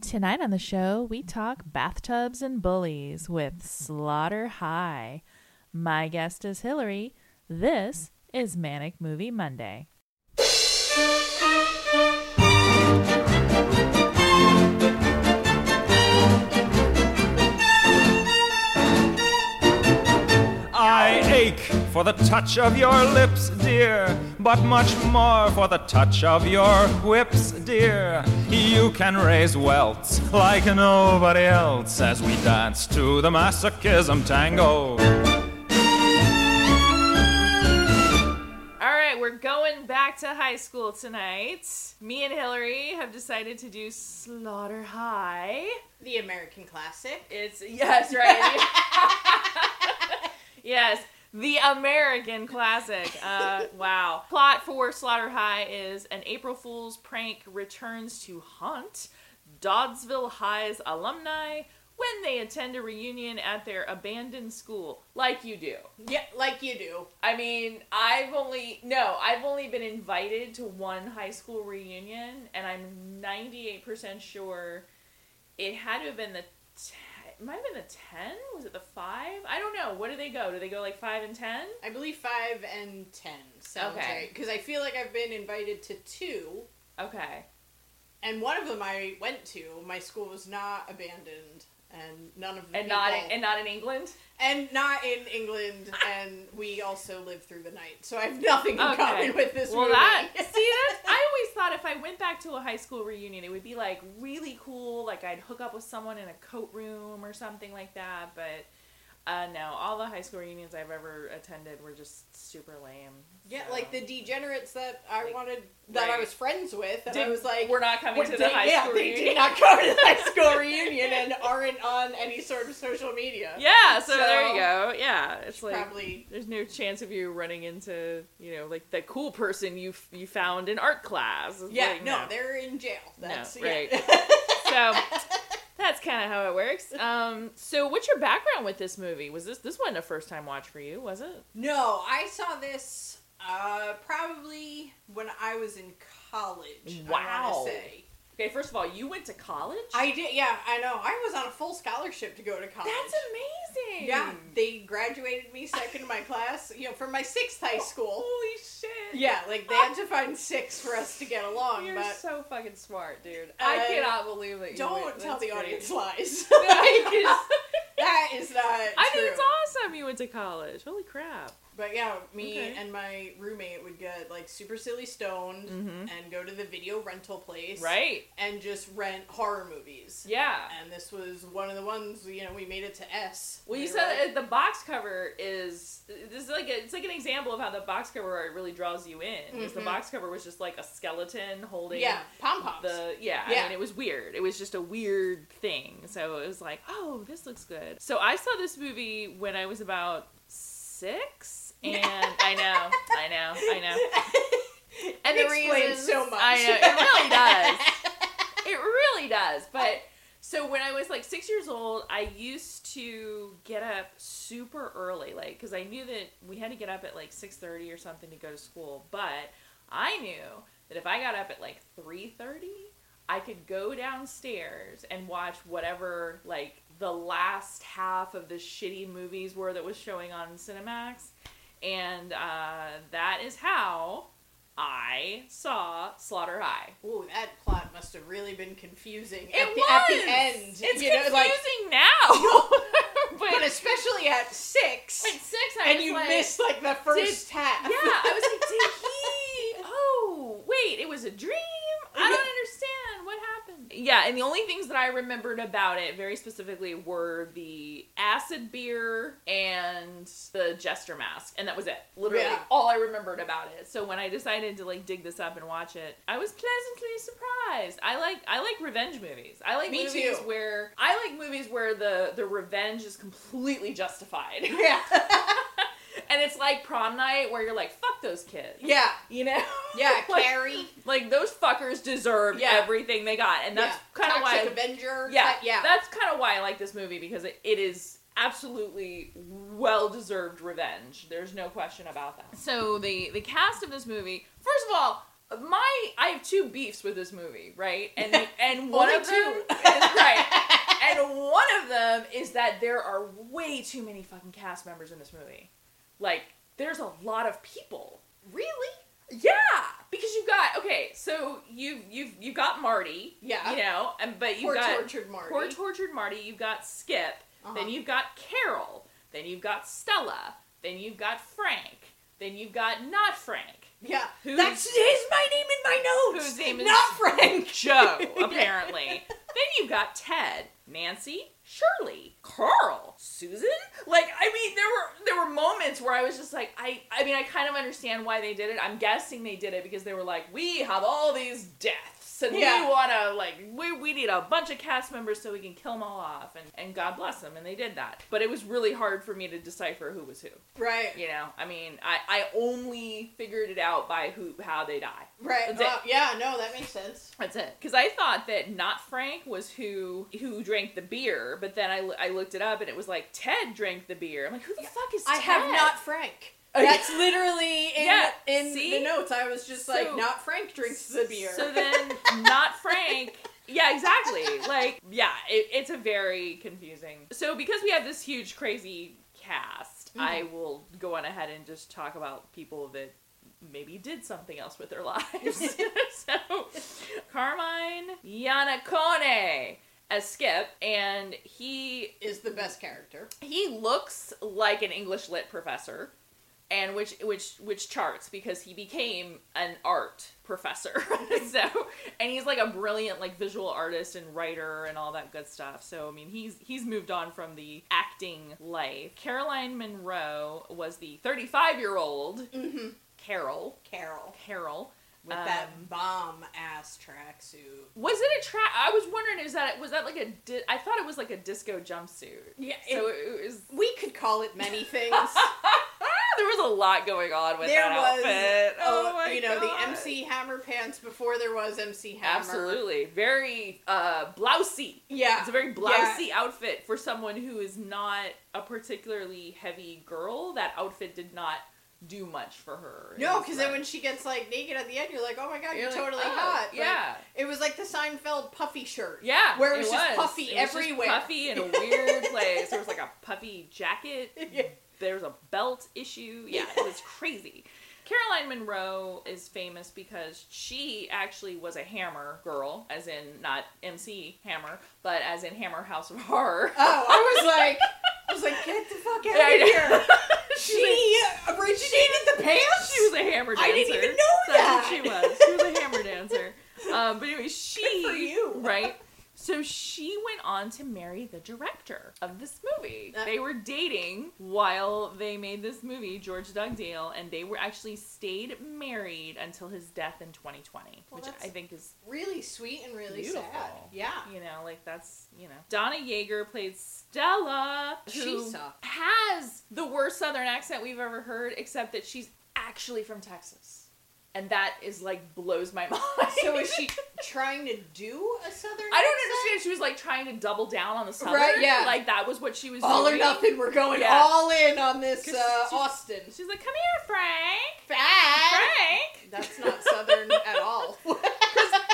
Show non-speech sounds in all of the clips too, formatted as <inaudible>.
Tonight on the show, we talk bathtubs and bullies with Slaughter High. My guest is Hillary. This is Manic Movie Monday. I ache for the touch of your lips, dear, but much more for the touch of your whips, dear. You can raise welts like nobody else as we dance to the masochism tango. All right, we're going back to high school tonight. Me and Hillary have decided to do Slaughter High. The American classic. It's, yes, <laughs> right. <laughs> yes, the American classic. Uh, wow. Plot for Slaughter High is an April Fool's prank returns to haunt Doddsville High's alumni when they attend a reunion at their abandoned school, like you do. Yeah, like you do. I mean, I've only no, I've only been invited to one high school reunion, and I'm 98% sure it had to have been the. Te- it might have been the 10 was it the 5 i don't know what do they go do they go like 5 and 10 I believe five and ten. Sounds Okay. Because I feel like I've been invited to two, okay and one of them I went to. My school was not abandoned, and none of the and not people- and not in england and not in England. <laughs> and we also lived through the night, so I have nothing in Okay. common with this well movie. <laughs> that see that i always thought if i went back to a high school reunion it would be like really cool like i'd hook up with someone in a coat room or something like that but uh, no, all the high school reunions I've ever attended were just super lame. yeah, so. like the degenerates that I Like, wanted that I right. was friends with, and I Did- was like, we're not coming Well, to the they- high yeah, school they reunion. did not go to the <laughs> high school reunion and aren't on any sort of social media. Yeah, so, So- there you go. Yeah, it's like Probably. there's no chance of you running into you know like the cool person you f- you found in art class. It's Yeah, like, no, they're in jail. No, That's right. <laughs> yeah. so that's kind of how it works. Um, so what's your background with this movie? Was this this wasn't a first time watch for you, was it? no, I saw this uh, probably when I was in college. I Wow. want to say. Okay, first of all, you went to college. I did, yeah, I know. I was on a full scholarship to go to college. that's amazing. yeah, they graduated me second in my class, you know, from my sixth <laughs> high school. Holy shit. Oh, Yeah, like they had to find six for us to get along, You're but so fucking smart, dude. I Uh, cannot believe that you don't went. tell That's the great. audience <laughs> lies. No, Like, it's- <laughs> that is not. <laughs> I true. think it's awesome you went to college. Holy crap. But yeah, me Okay. and my roommate would get like super silly stoned Mhm. and go to the video rental place, Right? And just rent horror movies. Yeah. And this was one of the ones you know we made it to S. Well, you We were said like- that the box cover is this is like a, it's like an example of how the box cover art really draws you in. Because the Mhm. box cover was just like a skeleton holding yeah, pom poms. the yeah, I Yeah. mean it was weird. It was just a weird thing. So it was like, oh, this looks good. So I saw this movie when I was about six, <laughs> and I know, I know, I know. And It the explains reasons, so much. I know, it really <laughs> does. It really does. But so when I was like six years old, I used to get up super early, like because I knew that we had to get up at like six thirty or something to go to school. But I knew that if I got up at like three thirty, I could go downstairs and watch whatever like the last half of the shitty movies were that was showing on Cinemax, and uh, that is how I saw Slaughter High. <laughs> Ooh, that plot must have really been confusing It at, was The, at the end. It's you know, confusing like, now, <laughs> but but at especially at six, six, I and was you like, missed like the first half. Yeah, I was like, did he? Oh, wait, it was a dream. I don't understand what happened. Yeah, and the only things that I remembered about it very specifically were the acid beer and the jester mask, and that was it. Literally Yeah. all I remembered about it. So when I decided to like dig this up and watch it, I was pleasantly surprised. I like I like revenge movies. I like Me movies too. where I like movies where the the revenge is completely justified. <laughs> <laughs> yeah, And it's like prom night where you're like, fuck those kids. yeah, You know? yeah. <laughs> like, Carrie. like, those fuckers deserve Yeah. everything they got. And that's kind of why. Avenger. yeah. that- yeah. That's kind of why I like this movie because it, it is absolutely well deserved revenge. There's no question about that. So, the, the cast of this movie, first <laughs> of all, my I have two beefs with this movie, right? And and one Only of them two. is <laughs> way too many fucking cast members in this movie. Like, there's a lot of people. Really? Yeah, because you've got okay, so you you've you got Marty. Yeah. You know, and but you Poor got tortured Marty. poor tortured Marty. You've got Skip. Uh-huh. Then you've got Carol. Then you've got Stella. Then you've got Frank. Then you've got not Frank. Yeah. Who's- That's his my name in my notes. Whose name is- not <laughs> Frank. Joe, apparently. then you've got Ted, Nancy, Shirley, Carl, Susan. Like, I mean, there were there were moments where I was just like, I I mean, I kind of understand why they did it. I'm guessing they did it because they were like, we have all these deaths and Yeah. we want to like we, we need a bunch of cast members so we can kill them all off and and God bless them and they did that. But it was really hard for me to decipher who was who. Right. You know, I mean, I I only figured it out by who how they die. Right. That's it. Uh, yeah, no, that makes sense. That's it. Because I thought that not Frank was who who drank the beer, but then I, l- I looked it up and it was like Ted drank the beer. I'm like, who the fuck is I Ted? have not Frank. Oh, <laughs> yeah. That's literally in, Yeah, in see? the notes. I was just like, So- not Frank drinks the beer. So then, not Frank. Yeah, exactly. Like, yeah, it, it's a very confusing. So because we have this huge crazy cast, Mhm. I will go on ahead and just talk about people that maybe did something else with their <laughs> <laughs> lives. so, Carmine Yanacone as Skip, and he is the best character. he looks like an English lit professor, and which which which charts because he became an art professor. <laughs> so and he's like a brilliant like visual artist and writer and all that good stuff. So I mean he's he's moved on from the acting life. Caroline Monroe was the 35 year old Mm-hmm. Carol Carol Carol. with Um, that bomb ass tracksuit. was it a track? I was wondering, is that was that like a? Di- I thought it was like a disco jumpsuit. Yeah, So it was we could call <laughs> it many things. There was a lot going on with there that was, outfit. uh, oh my you know, God. the MC Hammer pants before there was MC Hammer. Absolutely, very uh, blousy. Yeah. It's a very blousy outfit for someone who is not a particularly heavy girl. That outfit did not do much for her. No, was because then like- when she gets like naked at the end, you're like, oh my god, you're, You're like, totally oh, hot. But yeah. It was like the Seinfeld puffy shirt. yeah, Where it was just puffy It was just everywhere. puffy in a weird place. There was like a puffy jacket. <laughs> Yeah. There was a belt issue. Yeah, it was crazy. Caroline Monroe is famous because she actually was a Hammer girl, as in not MC Hammer, but as in Hammer House of Horror. Oh, I was like, I was like, get the fuck out Yeah, I of know. here. <laughs> She's she originated the pants. She was a hammer dancer. I didn't even know That's that. what she was. She was a hammer dancer. Um, but anyway, she Good for you. right. So she went on to marry the director of this movie. Uh. They were dating while they made this movie, George Dugdale, and they were actually stayed married until his death in 2020, Well, which that's I think is really sweet and really Beautiful. sad. Yeah. you know, like that's you know. Donna Yeager played Stella, who She sucked. has the worst Southern accent we've ever heard, except that she's actually from Texas, and that is like blows my <laughs> mind. So is she trying to do a southern? <laughs> I don't accent? understand. She was like trying to double down on the Southern, Right, yeah. Like that was what she was All or doing. nothing. We're going Yeah. all in on this 'Cause uh, she's- Austin. She's like, "Come here, Frank, Fat. Frank." That's not southern at <laughs> all.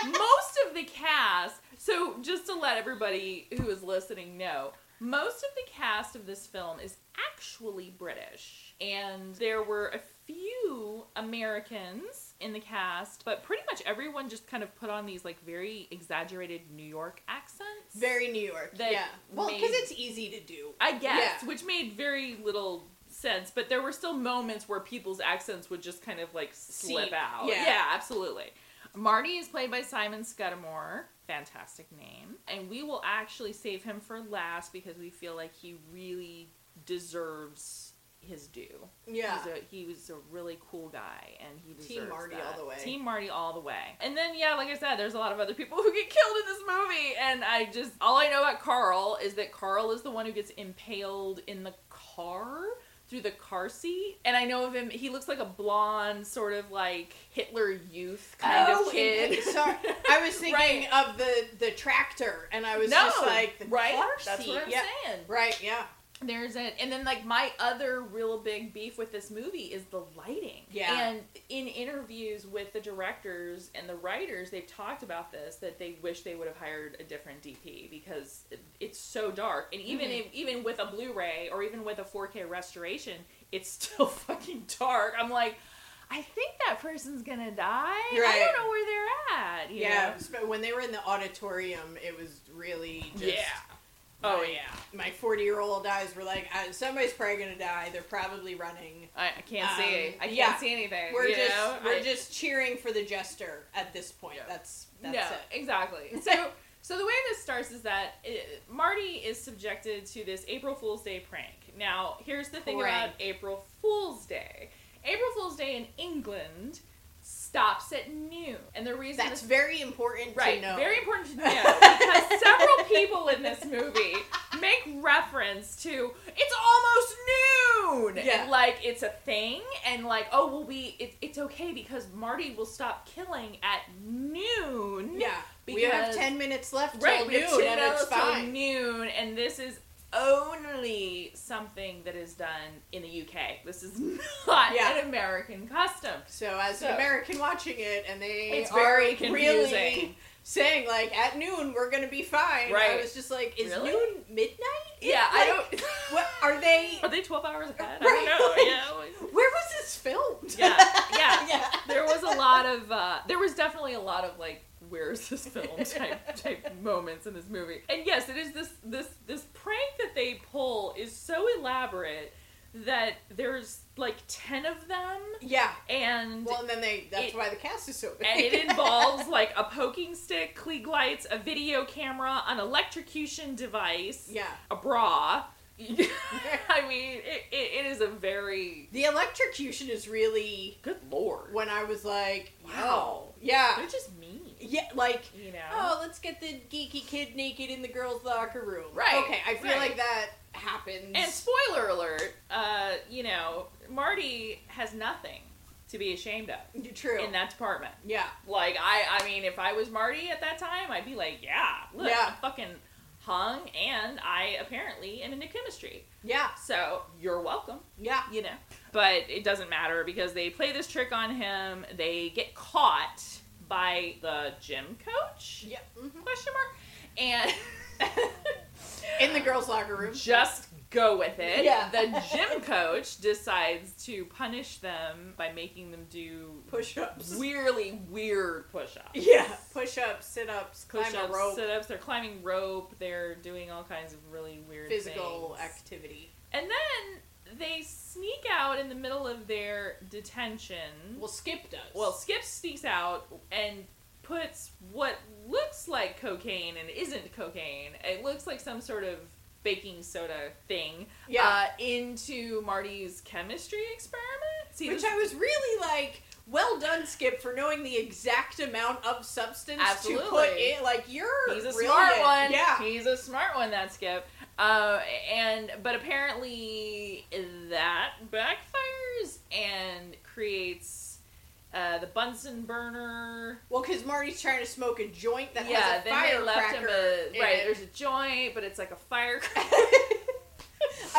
most of the cast so just to let everybody who is listening know most of the cast of this film is actually british and there were a few americans in the cast but pretty much everyone just kind of put on these like very exaggerated new york accents Very New York. That yeah. Well, because made- it's easy to do. I guess, Yeah. which made very little sense, but there were still moments where people's accents would just kind of like slip Seep, out. yeah. absolutely. Marty is played by Simon Scudamore. Fantastic name. And we will actually save him for last because we feel like he really deserves his due. Yeah. He's a, he was a really cool guy, and he deserves Team Marty that. all the way. Team Marty all the way. And then, yeah, like I said, there's a lot of other people <laughs> who get killed in this movie, and I just all I know about Carl is that Carl is the one who gets impaled in the car through the car seat, and I know of him. He looks like a blonde, sort of like Hitler Youth kind oh, of kid. <laughs> in- <laughs> sorry, I was thinking of the the tractor, and I was no, just like the right? car That's seat. what I'm yeah. saying. Right. Yeah. There's an and then like my other real big beef with this movie is the lighting. Yeah. And in interviews with the directors and the writers, they've talked about this that they wish they would have hired a different DP because it's so dark, and even Mm-hmm. if, even with a Blu-ray or even with a 4K restoration, it's <laughs> still fucking dark. I'm like, I think that person's gonna die. I Right. don't know where they're at. you Yeah, know? but when they were in the auditorium, it was really just. Yeah. Oh my- yeah. My 40 year old eyes were like, uh, somebody's probably going to die. They're probably running. I, I can't see. Um, I can't yeah. see anything. We're you just know? we're I- just cheering for the jester at this point. Yeah. That's that's no, it. <laughs> exactly. So, so the way this starts is that uh Marty is subjected to this April Fool's Day prank. Now, here's the thing about Prank. April Fool's Day. April Fool's Day in England stops at noon, and the reason That's this- very important Right. to know. Very <laughs> important to know because several people in this movie make reference to it's almost noon. Yeah. And like it's a thing and like oh well we it, it's okay because Marty will stop killing at noon. yeah. we have because- 10 minutes left Right. till we noon have two and it's hours till fine. noon and this is only something that is done in the UK. This is <laughs> not Yeah. an American custom. So as So- an American watching it and they It's are very confusing. really saying like at noon we're going to be fine. Right. I was just like is Really? noon midnight? Yeah, I <laughs> Like, don't What are they <laughs> Are they 12 hours ahead? Right, I <laughs> don't know. Yeah. Where was this filmed? yeah, yeah. <laughs> yeah. There was a lot of uh, there was definitely a lot of like where's this <laughs> film type type moments in this movie. And yes, it is this this this prank that they pull is so elaborate that there's like 10 of them Yeah. and Well, and then they that's It- why the cast is so big. <laughs> and it involves like a poking stick, Klieg lights, a video camera, an electrocution device, yeah. a bra. <laughs> I mean, it, it, it is a very The electrocution is really good lord. when I was like, Wow. wow. Yeah. They're just mean, Yeah, like you know. Oh, let's get the geeky kid naked in the girls' locker room. Right, Okay, I feel right. like that happens. And spoiler alert, uh, you know, Marty has nothing to be ashamed of True. in that department. yeah. Like I I mean, if I was Marty at that time, I'd be like, yeah, look, Yeah. I'm fucking hung and I apparently am into chemistry. Yeah. So, you're welcome, Yeah. you know. But it doesn't matter because they play this trick on him. They get caught by the gym coach? Yeah. mhm. Question mark. <laughs> And In the girls' locker room. just go with it. Yeah. The gym coach decides to punish them by making them do Push-ups. <laughs> weirdly weird push-ups. yeah. Push-ups, sit-ups, climb Push-ups, a rope, sit-ups. They're climbing rope. They're doing all kinds of really weird physical things. activity. And then they sneak out in the middle of their detention. Well, Skip does. Well, Skip sneaks out and puts what looks like cocaine and isn't cocaine. It looks like some sort of baking soda thing yeah. uh, into Marty's chemistry experiment. See, Which this- I was really like, well done, Skip, for knowing the exact amount of substance to put Absolutely. in. Like you're he's a brilliant. smart one. Yeah. he's a smart one. That Skip. Uh, and but apparently that backfires and creates uh, the Bunsen burner. Well, because Marty's trying to smoke a joint that yeah, has a then they left him firecracker. a in right. it. There's a joint, but it's like a firecracker. <laughs>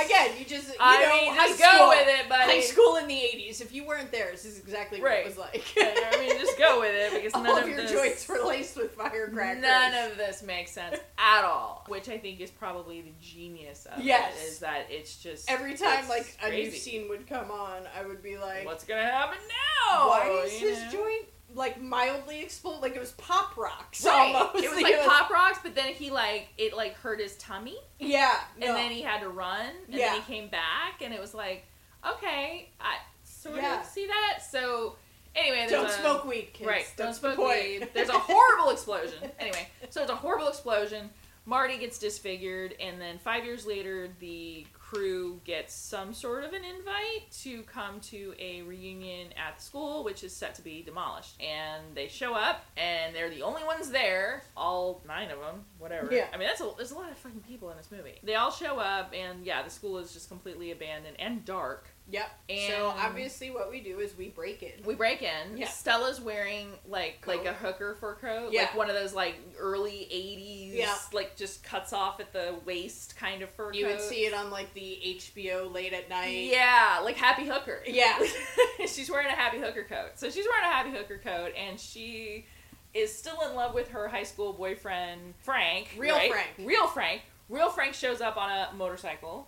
Again, you just you I know, mean, high just school, go with it, buddy. High school in the '80s. If you weren't there, this is exactly what Right. it was like. <laughs> I mean, just go with it because <laughs> All none of your this... joints were laced with firecrackers. None of this makes sense at all, which I think is probably the genius of Yes. it is that it's just Every time, it's like a new crazy. scene would come on, I would be like, "Oh, What's gonna happen now? "Why is you his know? joint like mildly explode? Like it was pop rocks Right. <laughs> almost. It was like pop rocks, but then he like it like hurt his tummy, Yeah, no. and then he had to run, and Yeah. then he came back, and it was like, okay, I sort Yeah. of see that. So anyway, there's don't a- smoke weed, kids. Right, don't That's smoke the point. <laughs> weed. There's a horrible explosion. Anyway, so it's a horrible explosion. Marty gets disfigured, and then five years later, the crew gets some sort of an invite to come to a reunion at the school, which is set to be demolished. And they show up, and they're the only ones there. All nine of them, whatever. Yeah. I mean, that's a, there's a lot of fucking people in this movie. They all show up, and yeah, the school is just completely abandoned and dark. Yep. And- so obviously, what we do is we break in. We break in. Yeah. Stella's wearing like Coat. like a hooker fur coat, Yeah. like one of those like early '80s, Yeah. like just cuts off at the waist kind of fur You coat. would see it on like the HBO late at night. <laughs> yeah, like happy hooker. Yeah. <laughs> she's wearing a happy hooker coat. So she's wearing a happy hooker coat, and she is still in love with her high school boyfriend Frank. Real right? Frank. Real Frank. Real Frank shows up on a motorcycle.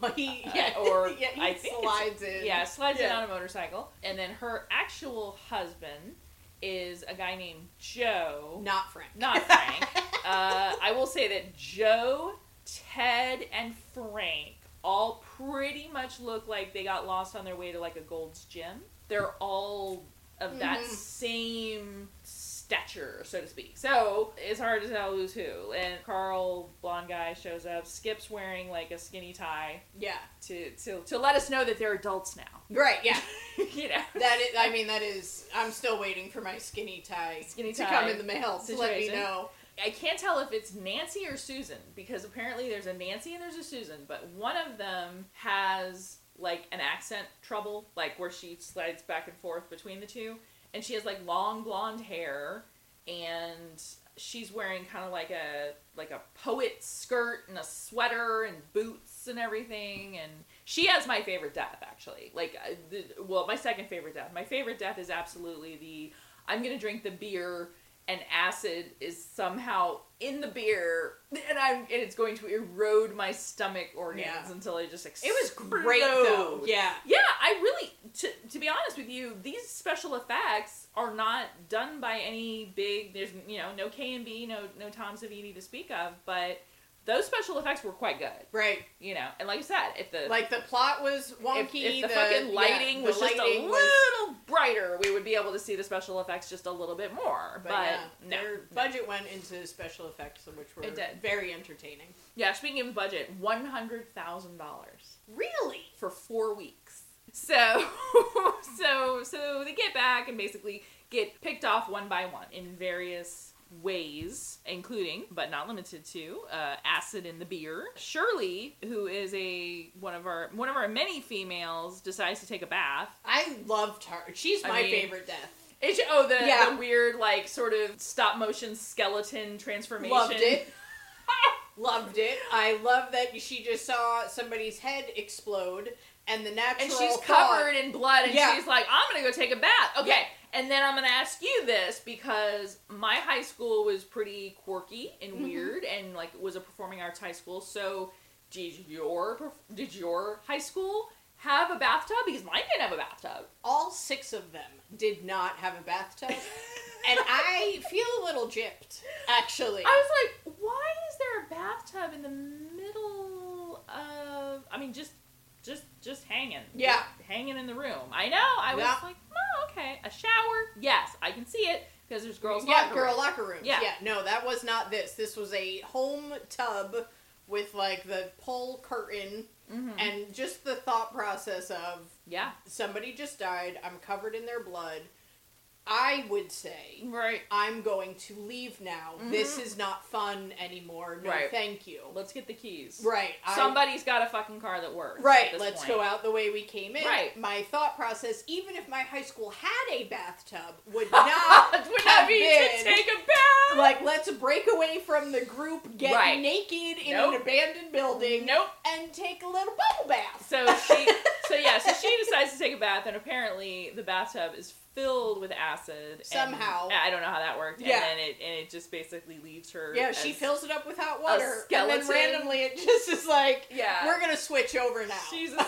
Well, he, uh, <laughs> yeah, or yeah, he I think it's- slides in. Yeah, slides in Yeah. on a motorcycle. And then her actual husband is a guy named Joe. Not Frank. Not Frank. uh, I will say that Joe, Ted, and Frank all pretty much look like they got lost on their way to like a Gold's Gym. They're all of that Mhm. same stature, so to speak. So it's hard to tell who's who. And Carl, blonde guy, shows up. Skip's wearing like a skinny tie Yeah. to to to let us know that they're adults now. <laughs> Right. Yeah. you know. That is. I mean, that is. I'm still waiting for my skinny tie Skinny to tie come in the mail to let me situation. know. I can't tell if it's Nancy or Susan because apparently there's a Nancy and there's a Susan, but one of them has like an accent trouble, like where she slides back and forth between the two, and she has like long blonde hair and she's wearing kind of like a like a poet skirt and a sweater and boots and everything and she has my favorite death actually like uh, the, well my second favorite death my favorite death is absolutely the i'm gonna drink the beer and acid is somehow in the beer and i'm and it's going to erode my stomach organs Yeah. until i just It was great though. explode. Yeah. Yeah, I really, to, to be honest with you, these special effects are not done by any big. There's you know no K and B, no no Tom Savini to speak of, but those special effects were quite good. Right. You know, and like I said, if the Like the plot was wonky. if, if the, fucking lighting yeah, was the just a lighting little was- brighter, we would be able to see the special effects just a little bit more. But, But, yeah, no, their budget went into special effects, which were It did. very entertaining. yeah. Speaking of budget, one hundred thousand dollars. Really? for four weeks. So, <laughs> so, so they get back and basically get picked off one by one in various ways, including but not limited to uh, acid in the beer. Shirley, who is a one of our one of our many females, decides to take a bath. I loved her. She's I my mean- favorite death. It's, oh, the, Yeah. the weird like sort of stop motion skeleton transformation. Loved <laughs> it. loved it. I love that she just saw somebody's head explode and the natural. and she's thought- covered in blood and Yeah. she's like i'm gonna go take a bath okay Yeah. and then i'm gonna ask you this because my high school was pretty quirky and Mhm. weird and like was a performing arts high school so did your perf- did your high school have a bathtub because mine didn't have a bathtub All six of them did not have a bathtub. and I feel a little gypped, actually. i was like why is there a bathtub in the middle of i mean just just just hanging Yeah. Just hanging in the room i know i was Yeah. like oh okay a shower yes i can see it because there's girls yeah, locker room. girl locker rooms. Yeah. no, that was not this. This was a home tub with like the pole curtain Mhm. and just the thought process of Yeah. somebody just died, I'm covered in their blood. I would say Right. I'm going to leave now. This Mhm. is not fun anymore. No, Right. thank you. Let's get the keys. Right. I- Somebody's got a fucking car that works. at Right, this let's point. go out the way we came in. Right. My thought process, even if my high school had a bathtub, <laughs> would not <laughs> Would have not be to been take a bath. like let's break away from the group, get Right. naked in an Nope. abandoned building, nope. and take a little bubble bath. So she. so yeah. So she decides to take a bath, and apparently the bathtub is filled with acid. and Somehow. I don't know how that worked. Yeah. And then it and it just basically leaves her. yeah, she as- fills it up with hot water, and then skeleton. randomly it just is like, Yeah. we're gonna switch over now. <laughs> She's a,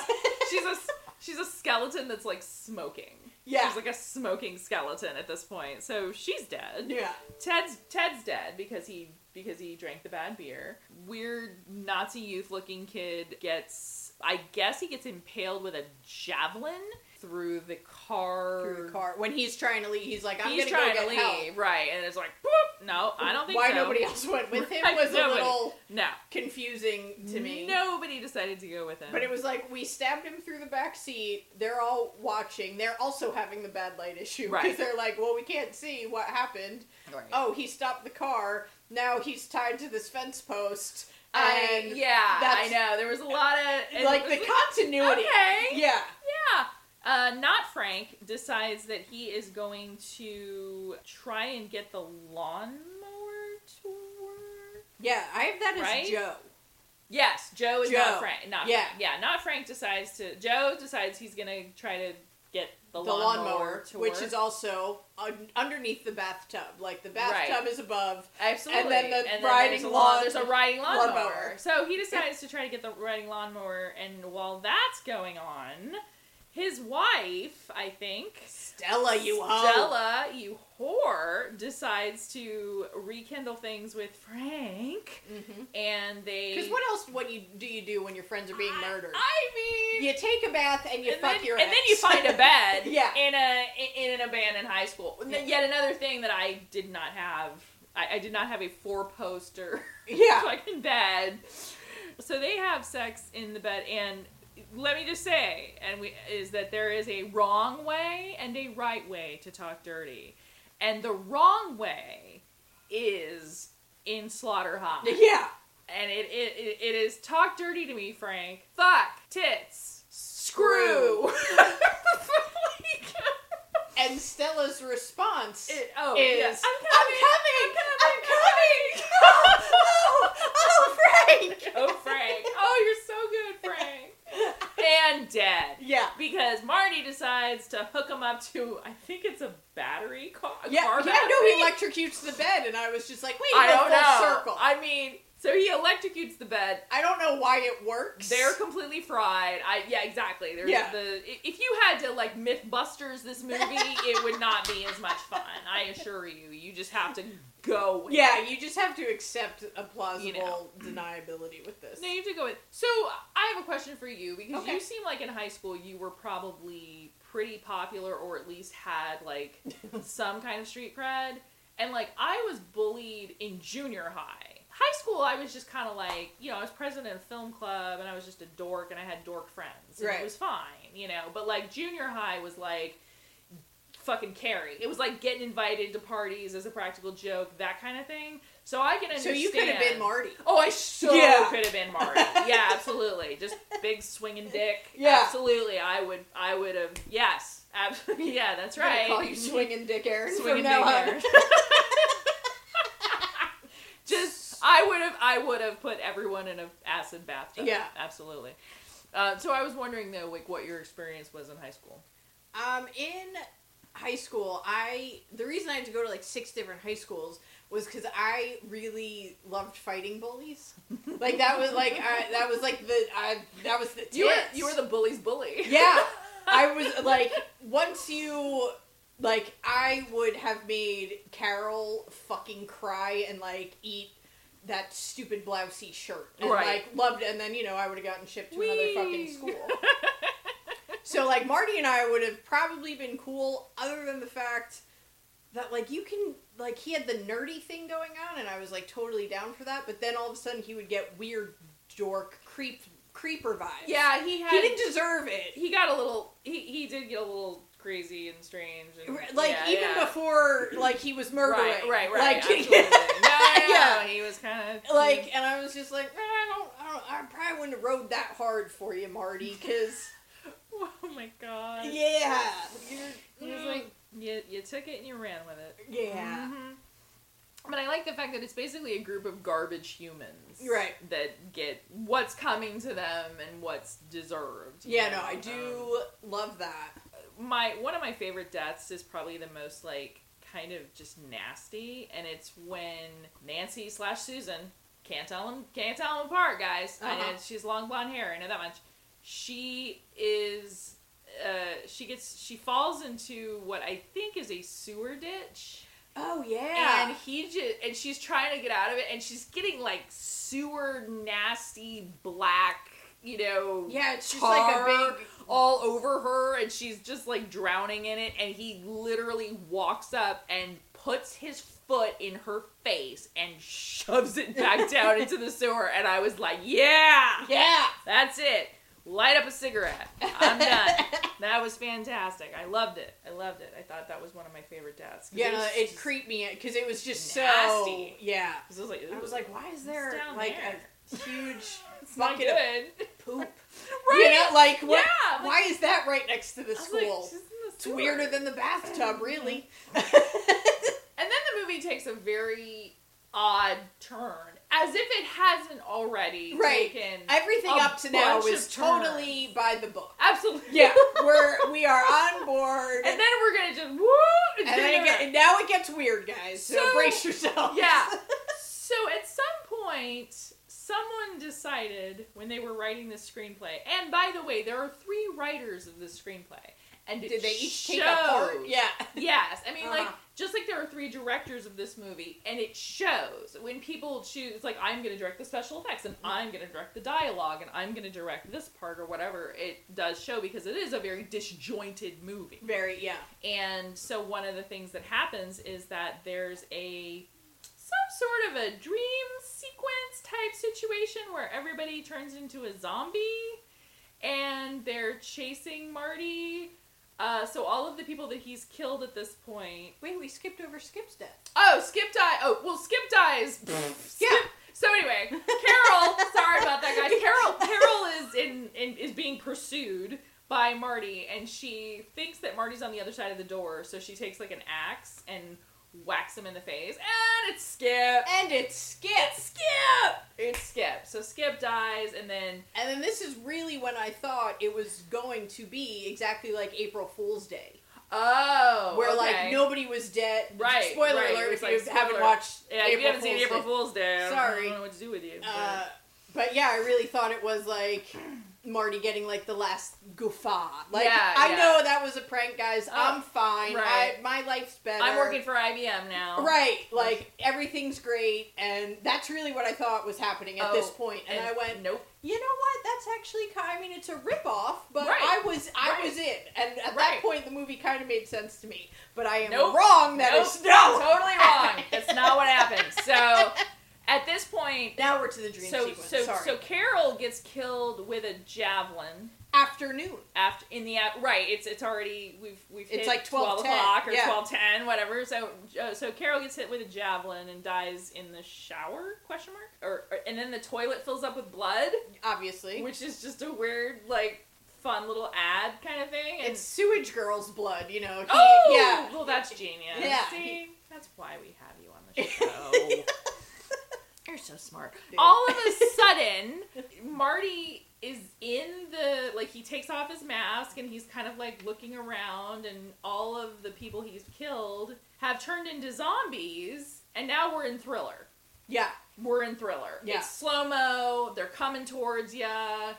she's a she's a skeleton that's like smoking. yeah, She's like a smoking skeleton at this point. So she's dead. yeah, Ted's Ted's dead because he because he drank the bad beer. Weird Nazi youth looking kid gets I guess he gets impaled with a javelin through the car. through the car. When he's trying to leave, he's like, I'm He's gonna trying go to get leave, help. right? And it's like, boop, no, I don't think Why so. nobody else went with him Right, was a nobody. little No, confusing to me. nobody decided to go with him. But it was like we stabbed him through the back seat. They're all watching. They're also having the bad light issue because Right. they're like, "Well, we can't see what happened. Right. Oh, he stopped the car. Now he's tied to this fence post." I, And yeah, I that's- know there was a lot of and like it the was- continuity. Okay. Yeah. Yeah. Uh, not Frank decides that he is going to try and get the lawnmower to work. Yeah. I have that as Right? Joe. Yes, Joe is Joe. not Frank. Not Yeah. Frank. yeah. Not Frank decides to. Joe decides he's gonna try to get the, the lawnmower, lawnmower, to which work. is also un- underneath the bathtub. Like the bathtub Right. is above. Absolutely. And then the there's riding a lawn- There's a riding lawnmower. lawnmower. So he decides to try to get the riding lawnmower, and while that's going on, his wife, I think, Stella, you hoe. Stella, you whore, decides to rekindle things with Frank, and they. Because Mm-hmm. what else? What you do you do when your friends are being I- murdered? I mean, you take a bath and you and fuck then, your and ex. then you find a bed Yeah. in a in an abandoned high school And then yet another thing that i did not have i, I did not have a four poster <laughs> Yeah. <laughs> fucking bed so they have sex in the bed and let me just say and we is that there is a wrong way and a right way to talk dirty and the wrong way is in slaughterhouse yeah. and it, it, it, it is talk dirty to me, Frank. Fuck, tits, Screw. screw. Like, And Stella's response it- oh, is, yeah. I'm coming, I'm coming." <laughs> oh, oh, Frank. <laughs> oh, Frank. Oh, you're so good, Frank. And dead. <laughs> Yeah. Because Marty decides to hook him up to, I think it's a battery car. a Yeah, car yeah, battery? no, he electrocutes the bed, and I was just like, wait, I I don't know. full circle. I, I mean, so he electrocutes the bed. don't know why it works. They're completely fried. I yeah, exactly. There's Yeah. the i- if you had to like MythBusters this movie, it would not be as much fun. I assure you. You just have to go. With yeah, it. you just have to accept a plausible know. deniability with this. No, you have to go with. So I have a question for you because Okay. you seem like in high school you were probably pretty popular or at least had <laughs> like some kind of street cred. And like I was bullied in junior high. High school, I was just kind of like, you know, I was president of film club and I was just a dork and I had dork friends. And Right. It was fine, you know. But like junior high was like fucking carry. It was like getting invited to parties as a practical joke, that kind of thing. So I can so understand. you could have been Marty. Oh, I so Yeah. could have been Marty. Yeah, absolutely. Just big swinging dick. Yeah. absolutely. I would. I would have. Yes. Ab- <laughs> yeah, that's I'm gonna right. <laughs> Call you swinging Dick Aaron Swinging from now dick hair. on. <laughs> Just I would have. I would have put everyone in a acid bathtub. Yeah. absolutely. Uh, so I was wondering though, like, what your experience was in high school. Um, in high school, I the reason I had to go to like six different high schools was because I really loved fighting bullies. like that was like I, that was like the I, that was the tits. You were you were the bully's bully. yeah. I was like once you like I would have made Carol fucking cry and like eat that stupid blousey shirt and Right. like loved and then you know I would have gotten shipped to another fucking Whee! <laughs> school. so like Marty and I would have probably been cool other than the fact that like you can like he had the nerdy thing going on and I was like totally down for that but then all of a sudden he would get weird dork creep creeper vibes. <laughs> yeah. He had. He didn't deserve it. he got a little he, he did get a little crazy and strange and like yeah, even yeah. before like he was murdering right right right like <laughs> absolutely. no, Yeah. yeah he was kind of like and i was just like "Nah, I, don't, I don't i probably wouldn't have rode that hard for you marty <laughs> because <laughs> oh my god yeah he was like you, you took it and you ran with it yeah Mhm. but i like the fact that it's basically a group of garbage humans Right. that get what's coming to them and what's deserved you yeah no know? i Um, do love that my one of my favorite deaths is probably the most like kind of just nasty, and it's when Nancy slash Susan can't tell them can't tell them apart, guys. I know Uh-huh. she's long blonde hair. I know that much. She is. Uh, she gets she falls into what I think is a sewer ditch. oh yeah And he just and she's trying to get out of it, and she's getting like sewer nasty black, you know, Yeah, it's just like a tar big- all over her, and she's just like drowning in it. And he literally walks up and puts his foot in her face and shoves it <laughs> back down into the sewer. And I was like, yeah, yeah that's it. Light up a cigarette. I'm <laughs> done. that was fantastic. I loved it. I loved it. I thought that was one of my favorite deaths. 'Cause yeah no, was it just- creeped me because it was just Nasty. so yeah I was like, i was like why is It's there down like there. <laughs> a huge it's not bucket good. <laughs> of Right? poop you I know like what Yeah, like- why is that right next to the was school Like, she's in the It's sewer. weirder than the bathtub, <laughs> really. And then the movie takes a very odd turn as if it hasn't already Right. taken Everything a up to now bunch is of turns. totally by the <laughs> book. absolutely Yeah, we're we are on board. and then we're gonna just woo And <laughs> then it get- and now it gets weird, guys. So, So- brace yourselves. yeah so at some point someone decided when they were writing this screenplay and by the way there are three writers of this screenplay and it <laughs> Did they each take shows. a part? Yeah. Yes, I mean, like Uh-huh. just like there are three directors of this movie, and it shows when people choose. It's like I'm going to direct the special effects, and I'm going to direct the dialogue, and I'm going to direct this part or whatever. It does show because it is a very disjointed movie, Very. Yeah. and so one of the things that happens is that there's a some sort of a dream sequence type situation where everybody turns into a zombie and they're chasing Marty. Uh, so all of the people that he's killed at this point Wait, we skipped over Skip's death. Oh, Skip die. Oh, well, Skip dies. Skip. <laughs> Yeah. So anyway, Carol. sorry about that, guys. Carol. Carol is in, in is being pursued by Marty, and she thinks that Marty's on the other side of the door. So she takes like an axe and whacks him in the face, and it's Skip. And it's Skip. Skip. It's Skip. So Skip dies, and then And then this is really when I thought it was going to be exactly like April Fool's Day, oh, where like okay. nobody was dead. Right, Spoiler right, it alert if was like you spoiler- haven't watched Yeah, if April you haven't Fool's seen April Day. Fool's Day. I don't- I Sorry. don't know what to do with you. but- Uh, but yeah, I really thought it was like Marty getting like the last guffaw. Like Yeah, I yeah. Oh, know that was a prank, guys. I'm fine. right. I, my life's better. I'm working for IBM now. Right, like everything's great, and that's really what I thought was happening at Oh, this point. And, I went, nope. you know what? That's actually, ki- I mean, it's a ripoff, but Right. I was, I Right. was in, and at that Right. point, the movie kind of made sense to me. But I am Nope. wrong. That Nope. it's no. Totally wrong. That's not what happened. So at this point, Now we're to the dream so sequence. so Sorry. so Carol gets killed with a javelin afternoon. after in the af- right. It's it's already we've we've hit It's like 12:10, o'clock or yeah. twelve ten whatever. So uh, so Carol gets hit with a javelin and dies in the shower question mark or, or and then the toilet fills up with blood, Obviously, which is just a weird like fun little ad kind of thing. And it's sewage girl's blood. You know. He- oh yeah. well that's genius. Yeah. See, that's why we have you on <laughs> the show. You're so smart. Dude. All of a sudden, Marty is in the like he takes off his mask and he's kind of like looking around and all of the people he's killed have turned into zombies and now we're in thriller. Yeah. We're in thriller. Yeah. It's slow mo, they're coming towards ya.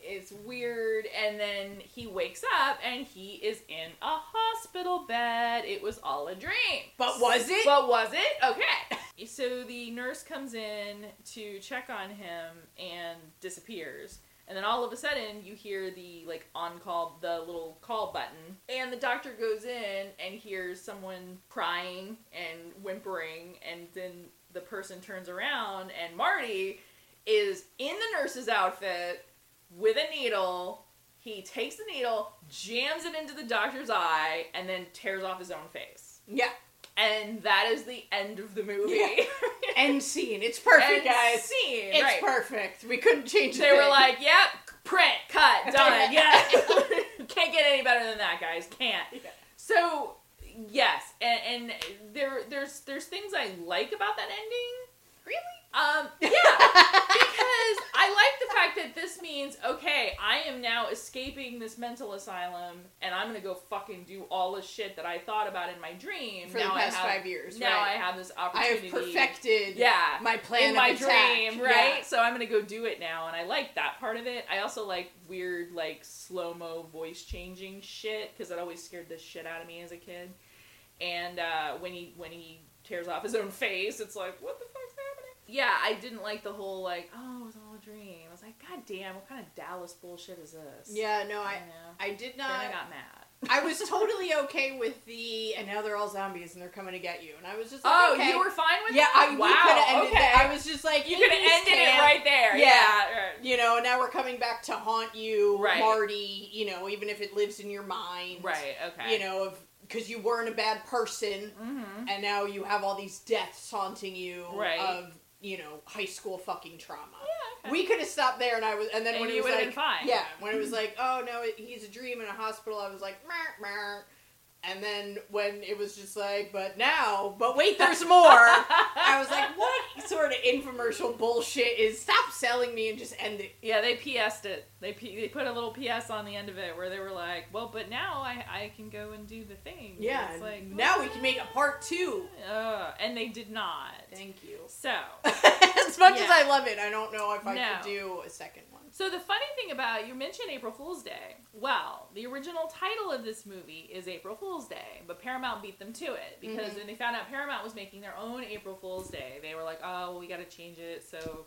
It's weird and then he wakes up and he is in a hospital bed. It was all a dream. But was it? But was it? Okay. <laughs> So the nurse comes in to check on him and disappears. And then all of a sudden you hear the like on call the little call button and the doctor goes in and hears someone crying and whimpering and then the person turns around and Marty is in the nurse's outfit with a needle. He takes the needle, jams it into the doctor's eye and then tears off his own face <laughs> yeah. and that is the end of the movie. <laughs> Yeah. End scene. It's perfect, End guys. Scene, It's right. perfect. We couldn't change. a They were thing. like, "Yep, print, cut, <laughs> done." Yeah, <laughs> can't get any better than that, guys. Can't. Yeah. So yes, and, and there there's there's things I like about that ending. Really? <laughs> Um, yeah, because I like the fact that this means okay, I am now escaping this mental asylum, and I'm gonna go fucking do all the shit that I thought about in my dream. for now the past I have, five years. Now right? I have this <laughs> I opportunity. have perfected Yeah. my plan in of my attack. dream, right? Yeah. So I'm gonna go do it now, and I like that part of it. I also like weird, like slow mo voice changing shit because it always scared the shit out of me as a kid. And uh, when he when he tears off his own face, it's like, what the fuck's happening? Yeah, I didn't like the whole like, oh, it was all a dream. I was like, god damn, what kind of Dallas bullshit is this? Yeah, no, you I uh, know? I did then I not. got mad. I was totally okay with the and now they're all zombies and they're coming to get you. And I was just like, Oh, okay. you were fine with yeah, that? I wow, we could have ended okay. that. I was just like you could have "Indies ended can't," it right there. Yeah. yeah right. You know, now we're coming back to haunt you, Right. Marty. You know, even if it lives in your mind, Right. Okay. You know, because you weren't a bad person, Mm-hmm. and now you have all these deaths haunting you Right. of you know high school fucking trauma. <laughs> Yeah. We could have stopped there, and I was, and then And when it you was would've been like, fine. Mm-hmm. yeah, when it was like, oh no, it, he's a dream in a hospital. I was like, meh, meh. And then when it was just like, but now, but <laughs> wait, there's more. I was like, what sort of infomercial bullshit is? Stop selling me and just end it. Yeah, they PS'd it. They P- they put a little PS on the end of it where they were like, well, but now I I can go and do the thing. And Yeah. it's like now we can make a part two. Ugh, and they did not. Thank you. So, <laughs> as much as Yeah. I love it, I don't know if I No. could do a second one. so the funny thing about you mentioned April Fool's Day. Well, the original title of this movie is April Fool's Day, but Paramount beat them to it because Mhm. when they found out Paramount was making their own April Fool's Day, they were like, "Oh, well, we got to change it." So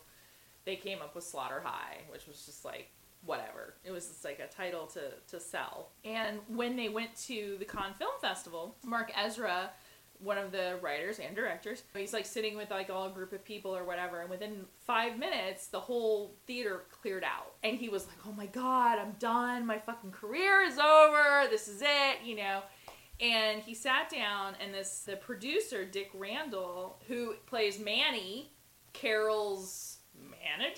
they came up with Slaughter High, which was just like whatever. It was just like a title to to sell. And when they went to the Cannes Film Festival, Mark Ezra one of the writers and directors. He's like sitting with like all a group of people or whatever, and within five minutes, the whole theater cleared out. And he was like, "Oh my god, I'm done. My fucking career is over. This is it," you know. And he sat down, and this the producer Dick Randall, who plays Manny, Carol's manager.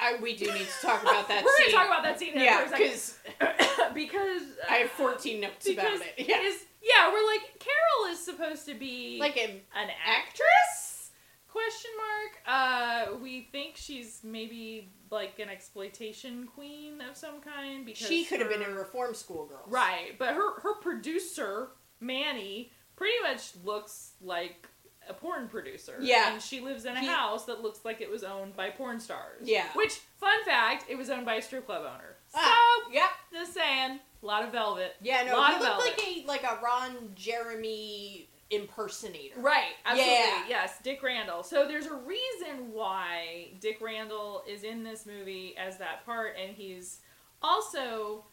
I, we do need to talk about that. <laughs> We're scene. gonna talk about that scene. Yeah, Yeah, for a second. because <laughs> because uh, I have 14 notes because about it. <laughs> Yeah. his- yeah, we're like Carol is supposed to be Like a an actress? Question mark. Uh, we think she's maybe like an exploitation queen of some kind because she could have been her- in reform school girls. right, but her her producer Manny pretty much looks like a porn producer. Yeah. and she lives in a He- house that looks like it was owned by porn stars. Yeah. which fun fact, it was owned by a strip club owner. Ah, So yeah. just saying, a lot of velvet. Yeah, no, lot he of looked velvet. like a like a Ron Jeremy impersonator. Right, absolutely. Yeah. Yes, Dick Randall. So there's a reason why Dick Randall is in this movie as that part, and he's also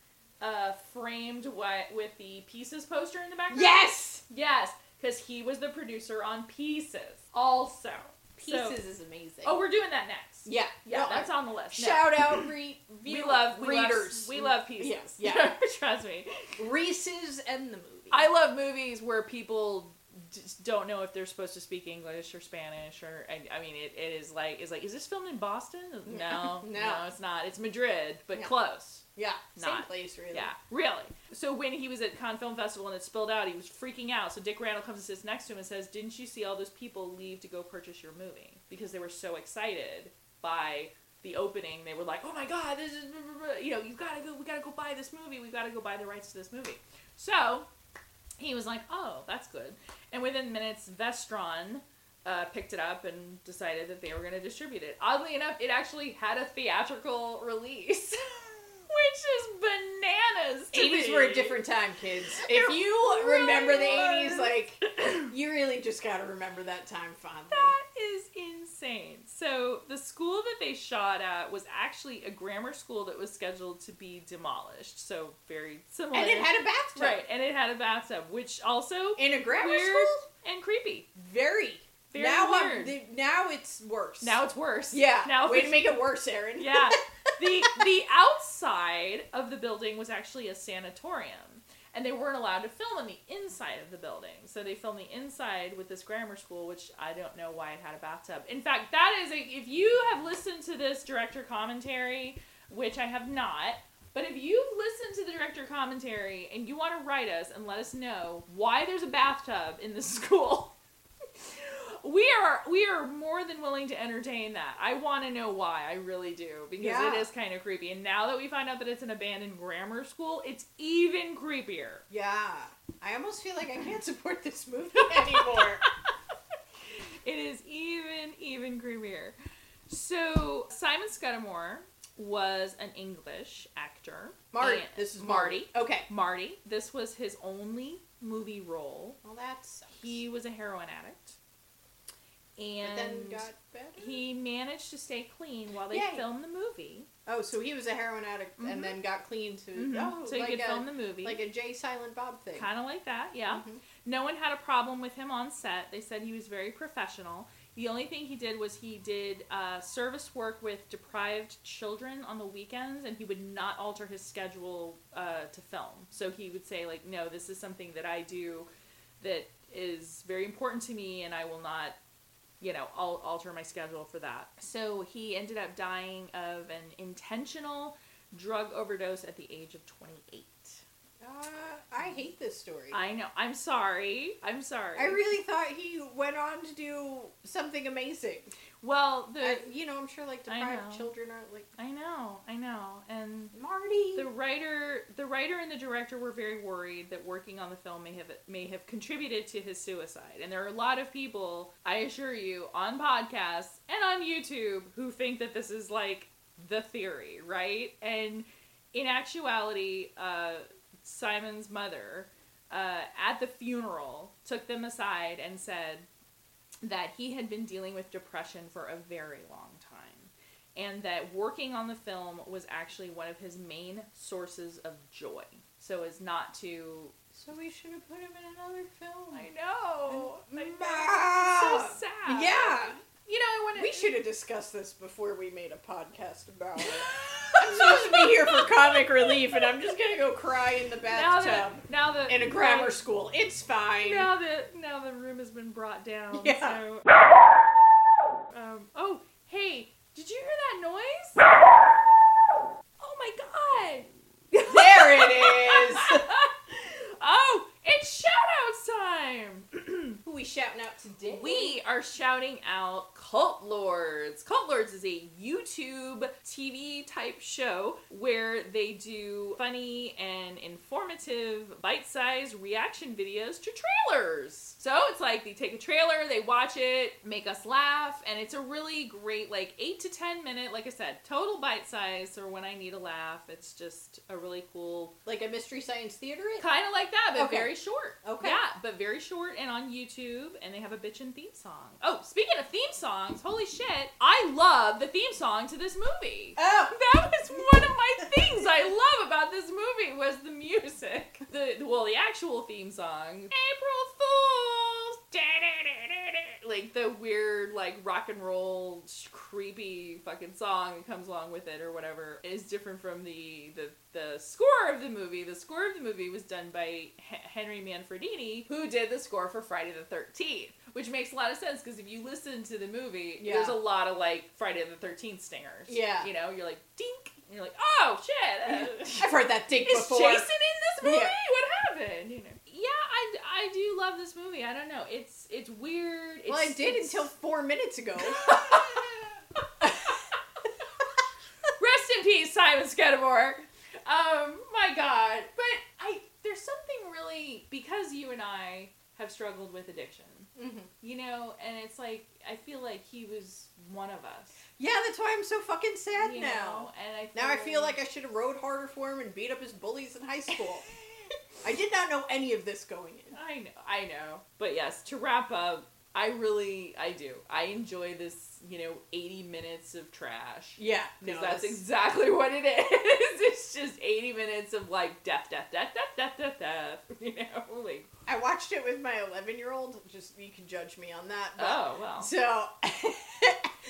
uh, framed wi- with the Pieces poster in the background. Yes. Yes, because he was the producer on Pieces also. Pieces So- is amazing. oh, we're doing that next. yeah. Yeah, No, that's on the list. Next. shout out re- we re- love we love- readers. we love Pieces. Yeah, <laughs> yeah. Trust me. Reese's and the movie. I love movies where people just don't know if they're supposed to speak English or Spanish or I, I mean it, it is like it's like is this filmed in Boston? No, No. no, it's not. It's Madrid, but No. close. yeah. Same Not. place really. Yeah, really. So when he was at Cannes Film Festival and it spilled out, he was freaking out. So Dick Randall comes and sits next to him and says, "Didn't you see all those people leave to go purchase your movie because they were so excited by the opening? They were like, "Oh my god, this is blah, blah, blah. you know, you got to go we got to go buy this movie. We got to go buy the rights to this movie." So he was like, "Oh, that's good." And within minutes, Vestron uh, picked it up and decided that they were going to distribute it. Oddly enough, it actually had a theatrical release, <laughs> which is bananas. To 80s me. were <laughs> a different time, kids. If It you really remember the was. 80s, like, <laughs> you really just gotta remember that time fondly. That is insane. So the school that they shot at was actually a grammar school that was scheduled to be demolished. So very similar. and it had a bathtub. right, and it had a bathtub, which also In a grammar weird school? and creepy. Very. Very now weird. I'm, the, now it's worse. Now it's worse. yeah. Now Way it's to make it worse, Aaron. Yeah. The the outside of the building was actually a sanatorium. And they weren't allowed to film on the inside of the building. So they filmed the inside with this grammar school, which I don't know why it had a bathtub. In fact, that is a, if you have listened to this director commentary, which I have not, but if you've listened to the director commentary and you want to write us and let us know why there's a bathtub in this <laughs> school, we are we are more than willing to entertain that. I want to know why. I really do because Yeah. it is kind of creepy. And now that we find out that it's an abandoned grammar school, it's even creepier. <laughs> Yeah. I almost feel like I can't support this movie <laughs> <laughs> anymore. It is even even creepier. So Simon Scudamore was an English actor. Marty. And- This is Marty. Marty. Okay. Marty. This was his only movie role. Well, that's. He was a heroin addict. But And then got better. he managed to stay clean while they Yay. filmed the movie. oh, so he was a heroin addict Mhm. and then got clean to. Oh, Mm-hmm. so he like could a, film the movie. Like a Jay Silent Bob thing. Kind of like that, yeah. Mhm. No one had a problem with him on set. They said he was very professional. The only thing he did was he did uh, service work with deprived children on the weekends, and he would not alter his schedule uh, to film. So he would say, like, no, this is something that I do that is very important to me, and I will not, you know, I'll alter my schedule for that. So he ended up dying of an intentional drug overdose at the age of 28. Uh, I hate this story. I, I know. I'm sorry. I'm sorry. really thought he went on to do something amazing. well, the I- you know, I'm sure like Uh, I deprived know. children aren't like I know. I know. And Marty. The writer, the writer and the director were very worried that working on the film may have may have contributed to his suicide. And there are a lot of people, I assure you, on podcasts and on YouTube who think that this is like the theory, right? And in actuality, uh, Simon's mother uh, at the funeral took them aside and said that he had been dealing with depression for a very long time and that working on the film was actually one of his main sources of joy. So as not to. so we should have put him in another film. I know. I know. Ah! It's so sad. Yeah, You know, I want to. we should have discussed this before we made a podcast about it. <laughs> I'm supposed to be here for comic relief, and I'm just gonna go cry in the Now bathtub that, now that in a grammar school. It's fine. Now that now the room has been brought down. Yeah. So, um, oh, hey, did you hear that noise? Oh my god! There it is. Oh, it's shout outs time! Who we shouting out today? We are shouting out Cult Lords. Cult Lords is a YouTube TV type show where they do funny and informative bite sized reaction videos to trailers. So it's like they take a trailer, they watch it, make us laugh, and it's a really great, like, eight to 10 minute, like I said, total bite size or when I need a laugh. It's just a really cool like a mystery science theater. it? Kind of like that, but Okay. very short. Okay. Yeah, but very short and on YouTube, and they have a bitchin' theme song. Oh, speaking of theme songs, holy shit, I love the theme song to this movie. Oh, That was one of my things I love about this movie was the music. The well, the actual theme song, April Fools, da-da-da-da-da, like the weird like rock and roll sh- creepy fucking song that comes along with it or whatever is different from the the the score of the movie. The score of the movie was done by H- Henry Manfredini, who did the score for Friday the Thirteenth, which makes a lot of sense because if you listen to the movie, Yeah. there's a lot of like Friday the Thirteenth stingers. Yeah. You know, you're like, dink. And you're like, oh, <laughs> shit. uh, <laughs> I've heard that dig is before. Jason in this movie? Yeah. What happened? You know. Yeah, I, I do love this movie. I don't know. It's it's weird. It's, well, I did it's- until four minutes ago. <laughs> Rest in peace, Simon Scudamore. Um, my God. But I there's something really because you and I have struggled with addiction. Mhm. You know, and it's like I feel like he was one of us. Yeah, that's why I'm so fucking sad you now. know? and I Now I feel like I should have rode harder for him and beat up his bullies in <laughs> high school. I did not know any of this going in. I know, I know. But yes, to wrap up, I really, I do. I enjoy this, you know, 80 minutes of trash. Yeah, Because no, that's this- exactly what it is. <laughs> It's just 80 minutes of like death, death, death, death, death, death, death. <laughs> You know, like, I watched it with my 11 year old. Just you can judge me on that. But, oh, well. Uh, So <laughs>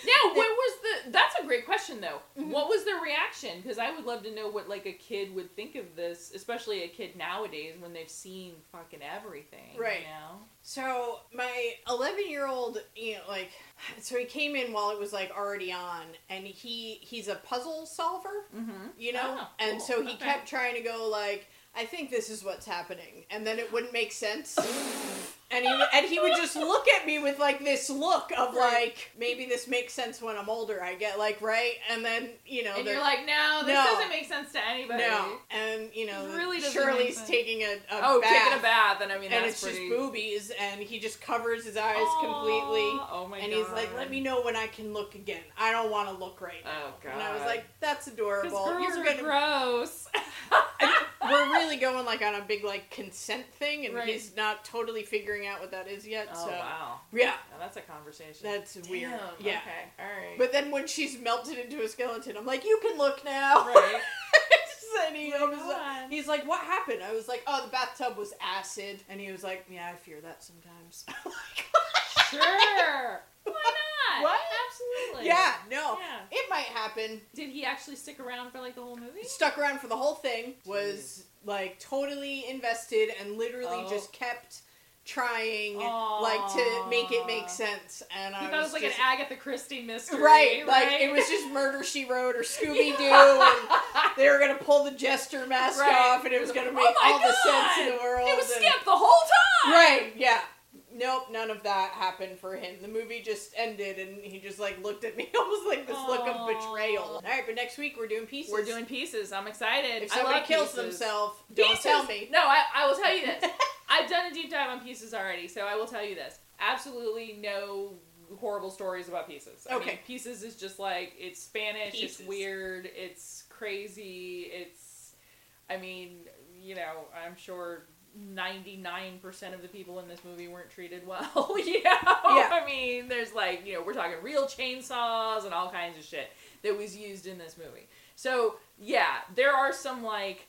Now, what was the, that's a great question though. Mm-hmm. What was the reaction? Because I would love to know what like a kid would think of this, especially a kid nowadays when they've seen fucking everything. Right. You know? So my 11 year old, you know, like, so he came in while it was like already on, and he he's a puzzle solver, Mm-hmm. you know, Ah, and cool. so he Okay. kept trying to go like, I think this is what's happening, and then it wouldn't <laughs> make sense. And he, and he would just look at me with like this look of Right. like maybe this makes sense when I'm older I get like right and then you know And the- you're like, no, this No. doesn't make sense to anybody. no and you know It really doesn't make Shirley's sense. taking a, a Oh, bath, taking a bath, and I mean, and that's it's pretty. just boobies and he just covers his eyes Aw, completely Oh my and god. he's like, "Let me know when I can look again. I don't want to look right now." Oh god. And I was like, "That's 'Cause adorable. girls You're are gonna." <laughs> gross. <laughs> Oh, We're really going like on a big like consent thing, and Right. he's not totally figuring out what that is yet. oh so wow, yeah, now that's a conversation. that's Damn, weird. Yeah. Okay. All right. But then when she's melted into a skeleton, I'm like, "You can look now." <laughs> <laughs> right. and he, I was like, Oh God. he's like, "What happened?" I was like, "Oh, the bathtub was acid," and he was like, "Yeah, I fear that sometimes." sure. Why not? What? Absolutely. <laughs> yeah, no, Yeah. it might happen. Did he actually stick around for like the whole movie? stuck around for the whole thing was like totally invested and literally Oh. just kept trying Aw. like to make it make sense. And He I thought it was like just- an Agatha Christie mystery, right? Right, like it was just Murder She Wrote or Scooby Doo, and they were gonna pull the jester mask Right. off, and it was gonna Oh make my all the sense in God! the <laughs> world. It was and- Skip the whole time. Right, yeah. Nope, none of that happened for him. The movie just ended, and he just like looked at me <laughs> almost like this look of Aw. betrayal. All right, but next week we're doing pieces. We're doing pieces. I'm excited. If I somebody love kills pieces. themselves, don't Pieces- tell me. No, I, I will tell you this. I've done a deep dive on pieces already, so I will tell you this. Absolutely no horrible stories about pieces. I mean, Okay. pieces is just like it's Spanish, Pieces. it's weird, it's crazy, it's I mean, you know, I'm sure 99% of the people in this movie weren't treated well, <laughs> you know? Yeah. I mean, there's like, you know, we're talking real chainsaws and all kinds of shit that was used in this movie. So, yeah, there are some like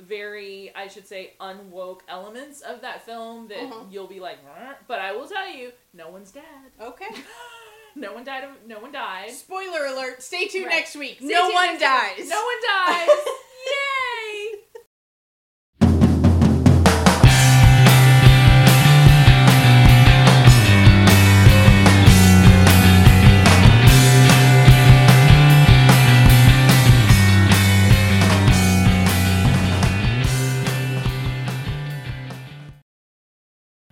very, I should say, unwoke elements of that film that Uh-huh. you'll be like, "Meh," but I will tell you, no one's dead. <laughs> Okay. No one died. Of, no one died. Spoiler alert. Stay tuned Right. next week. Stay no tuned one next time. dies. No one <laughs> dies. Yay!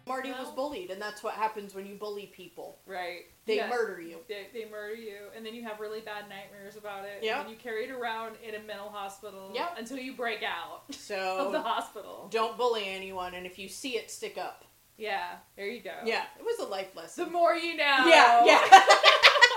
Marty was No. bullied, and that's what happens when you bully people. Right. They Yeah. murder you. They, they murder you, and then you have really bad nightmares about it. Yep. And then you carry it around in a mental hospital Yep. until you break out of the So hospital. don't bully anyone, and if you see it, stick up. Yeah. There you go. Yeah, it was a life lesson. Oh. The more you know. yeah, yeah.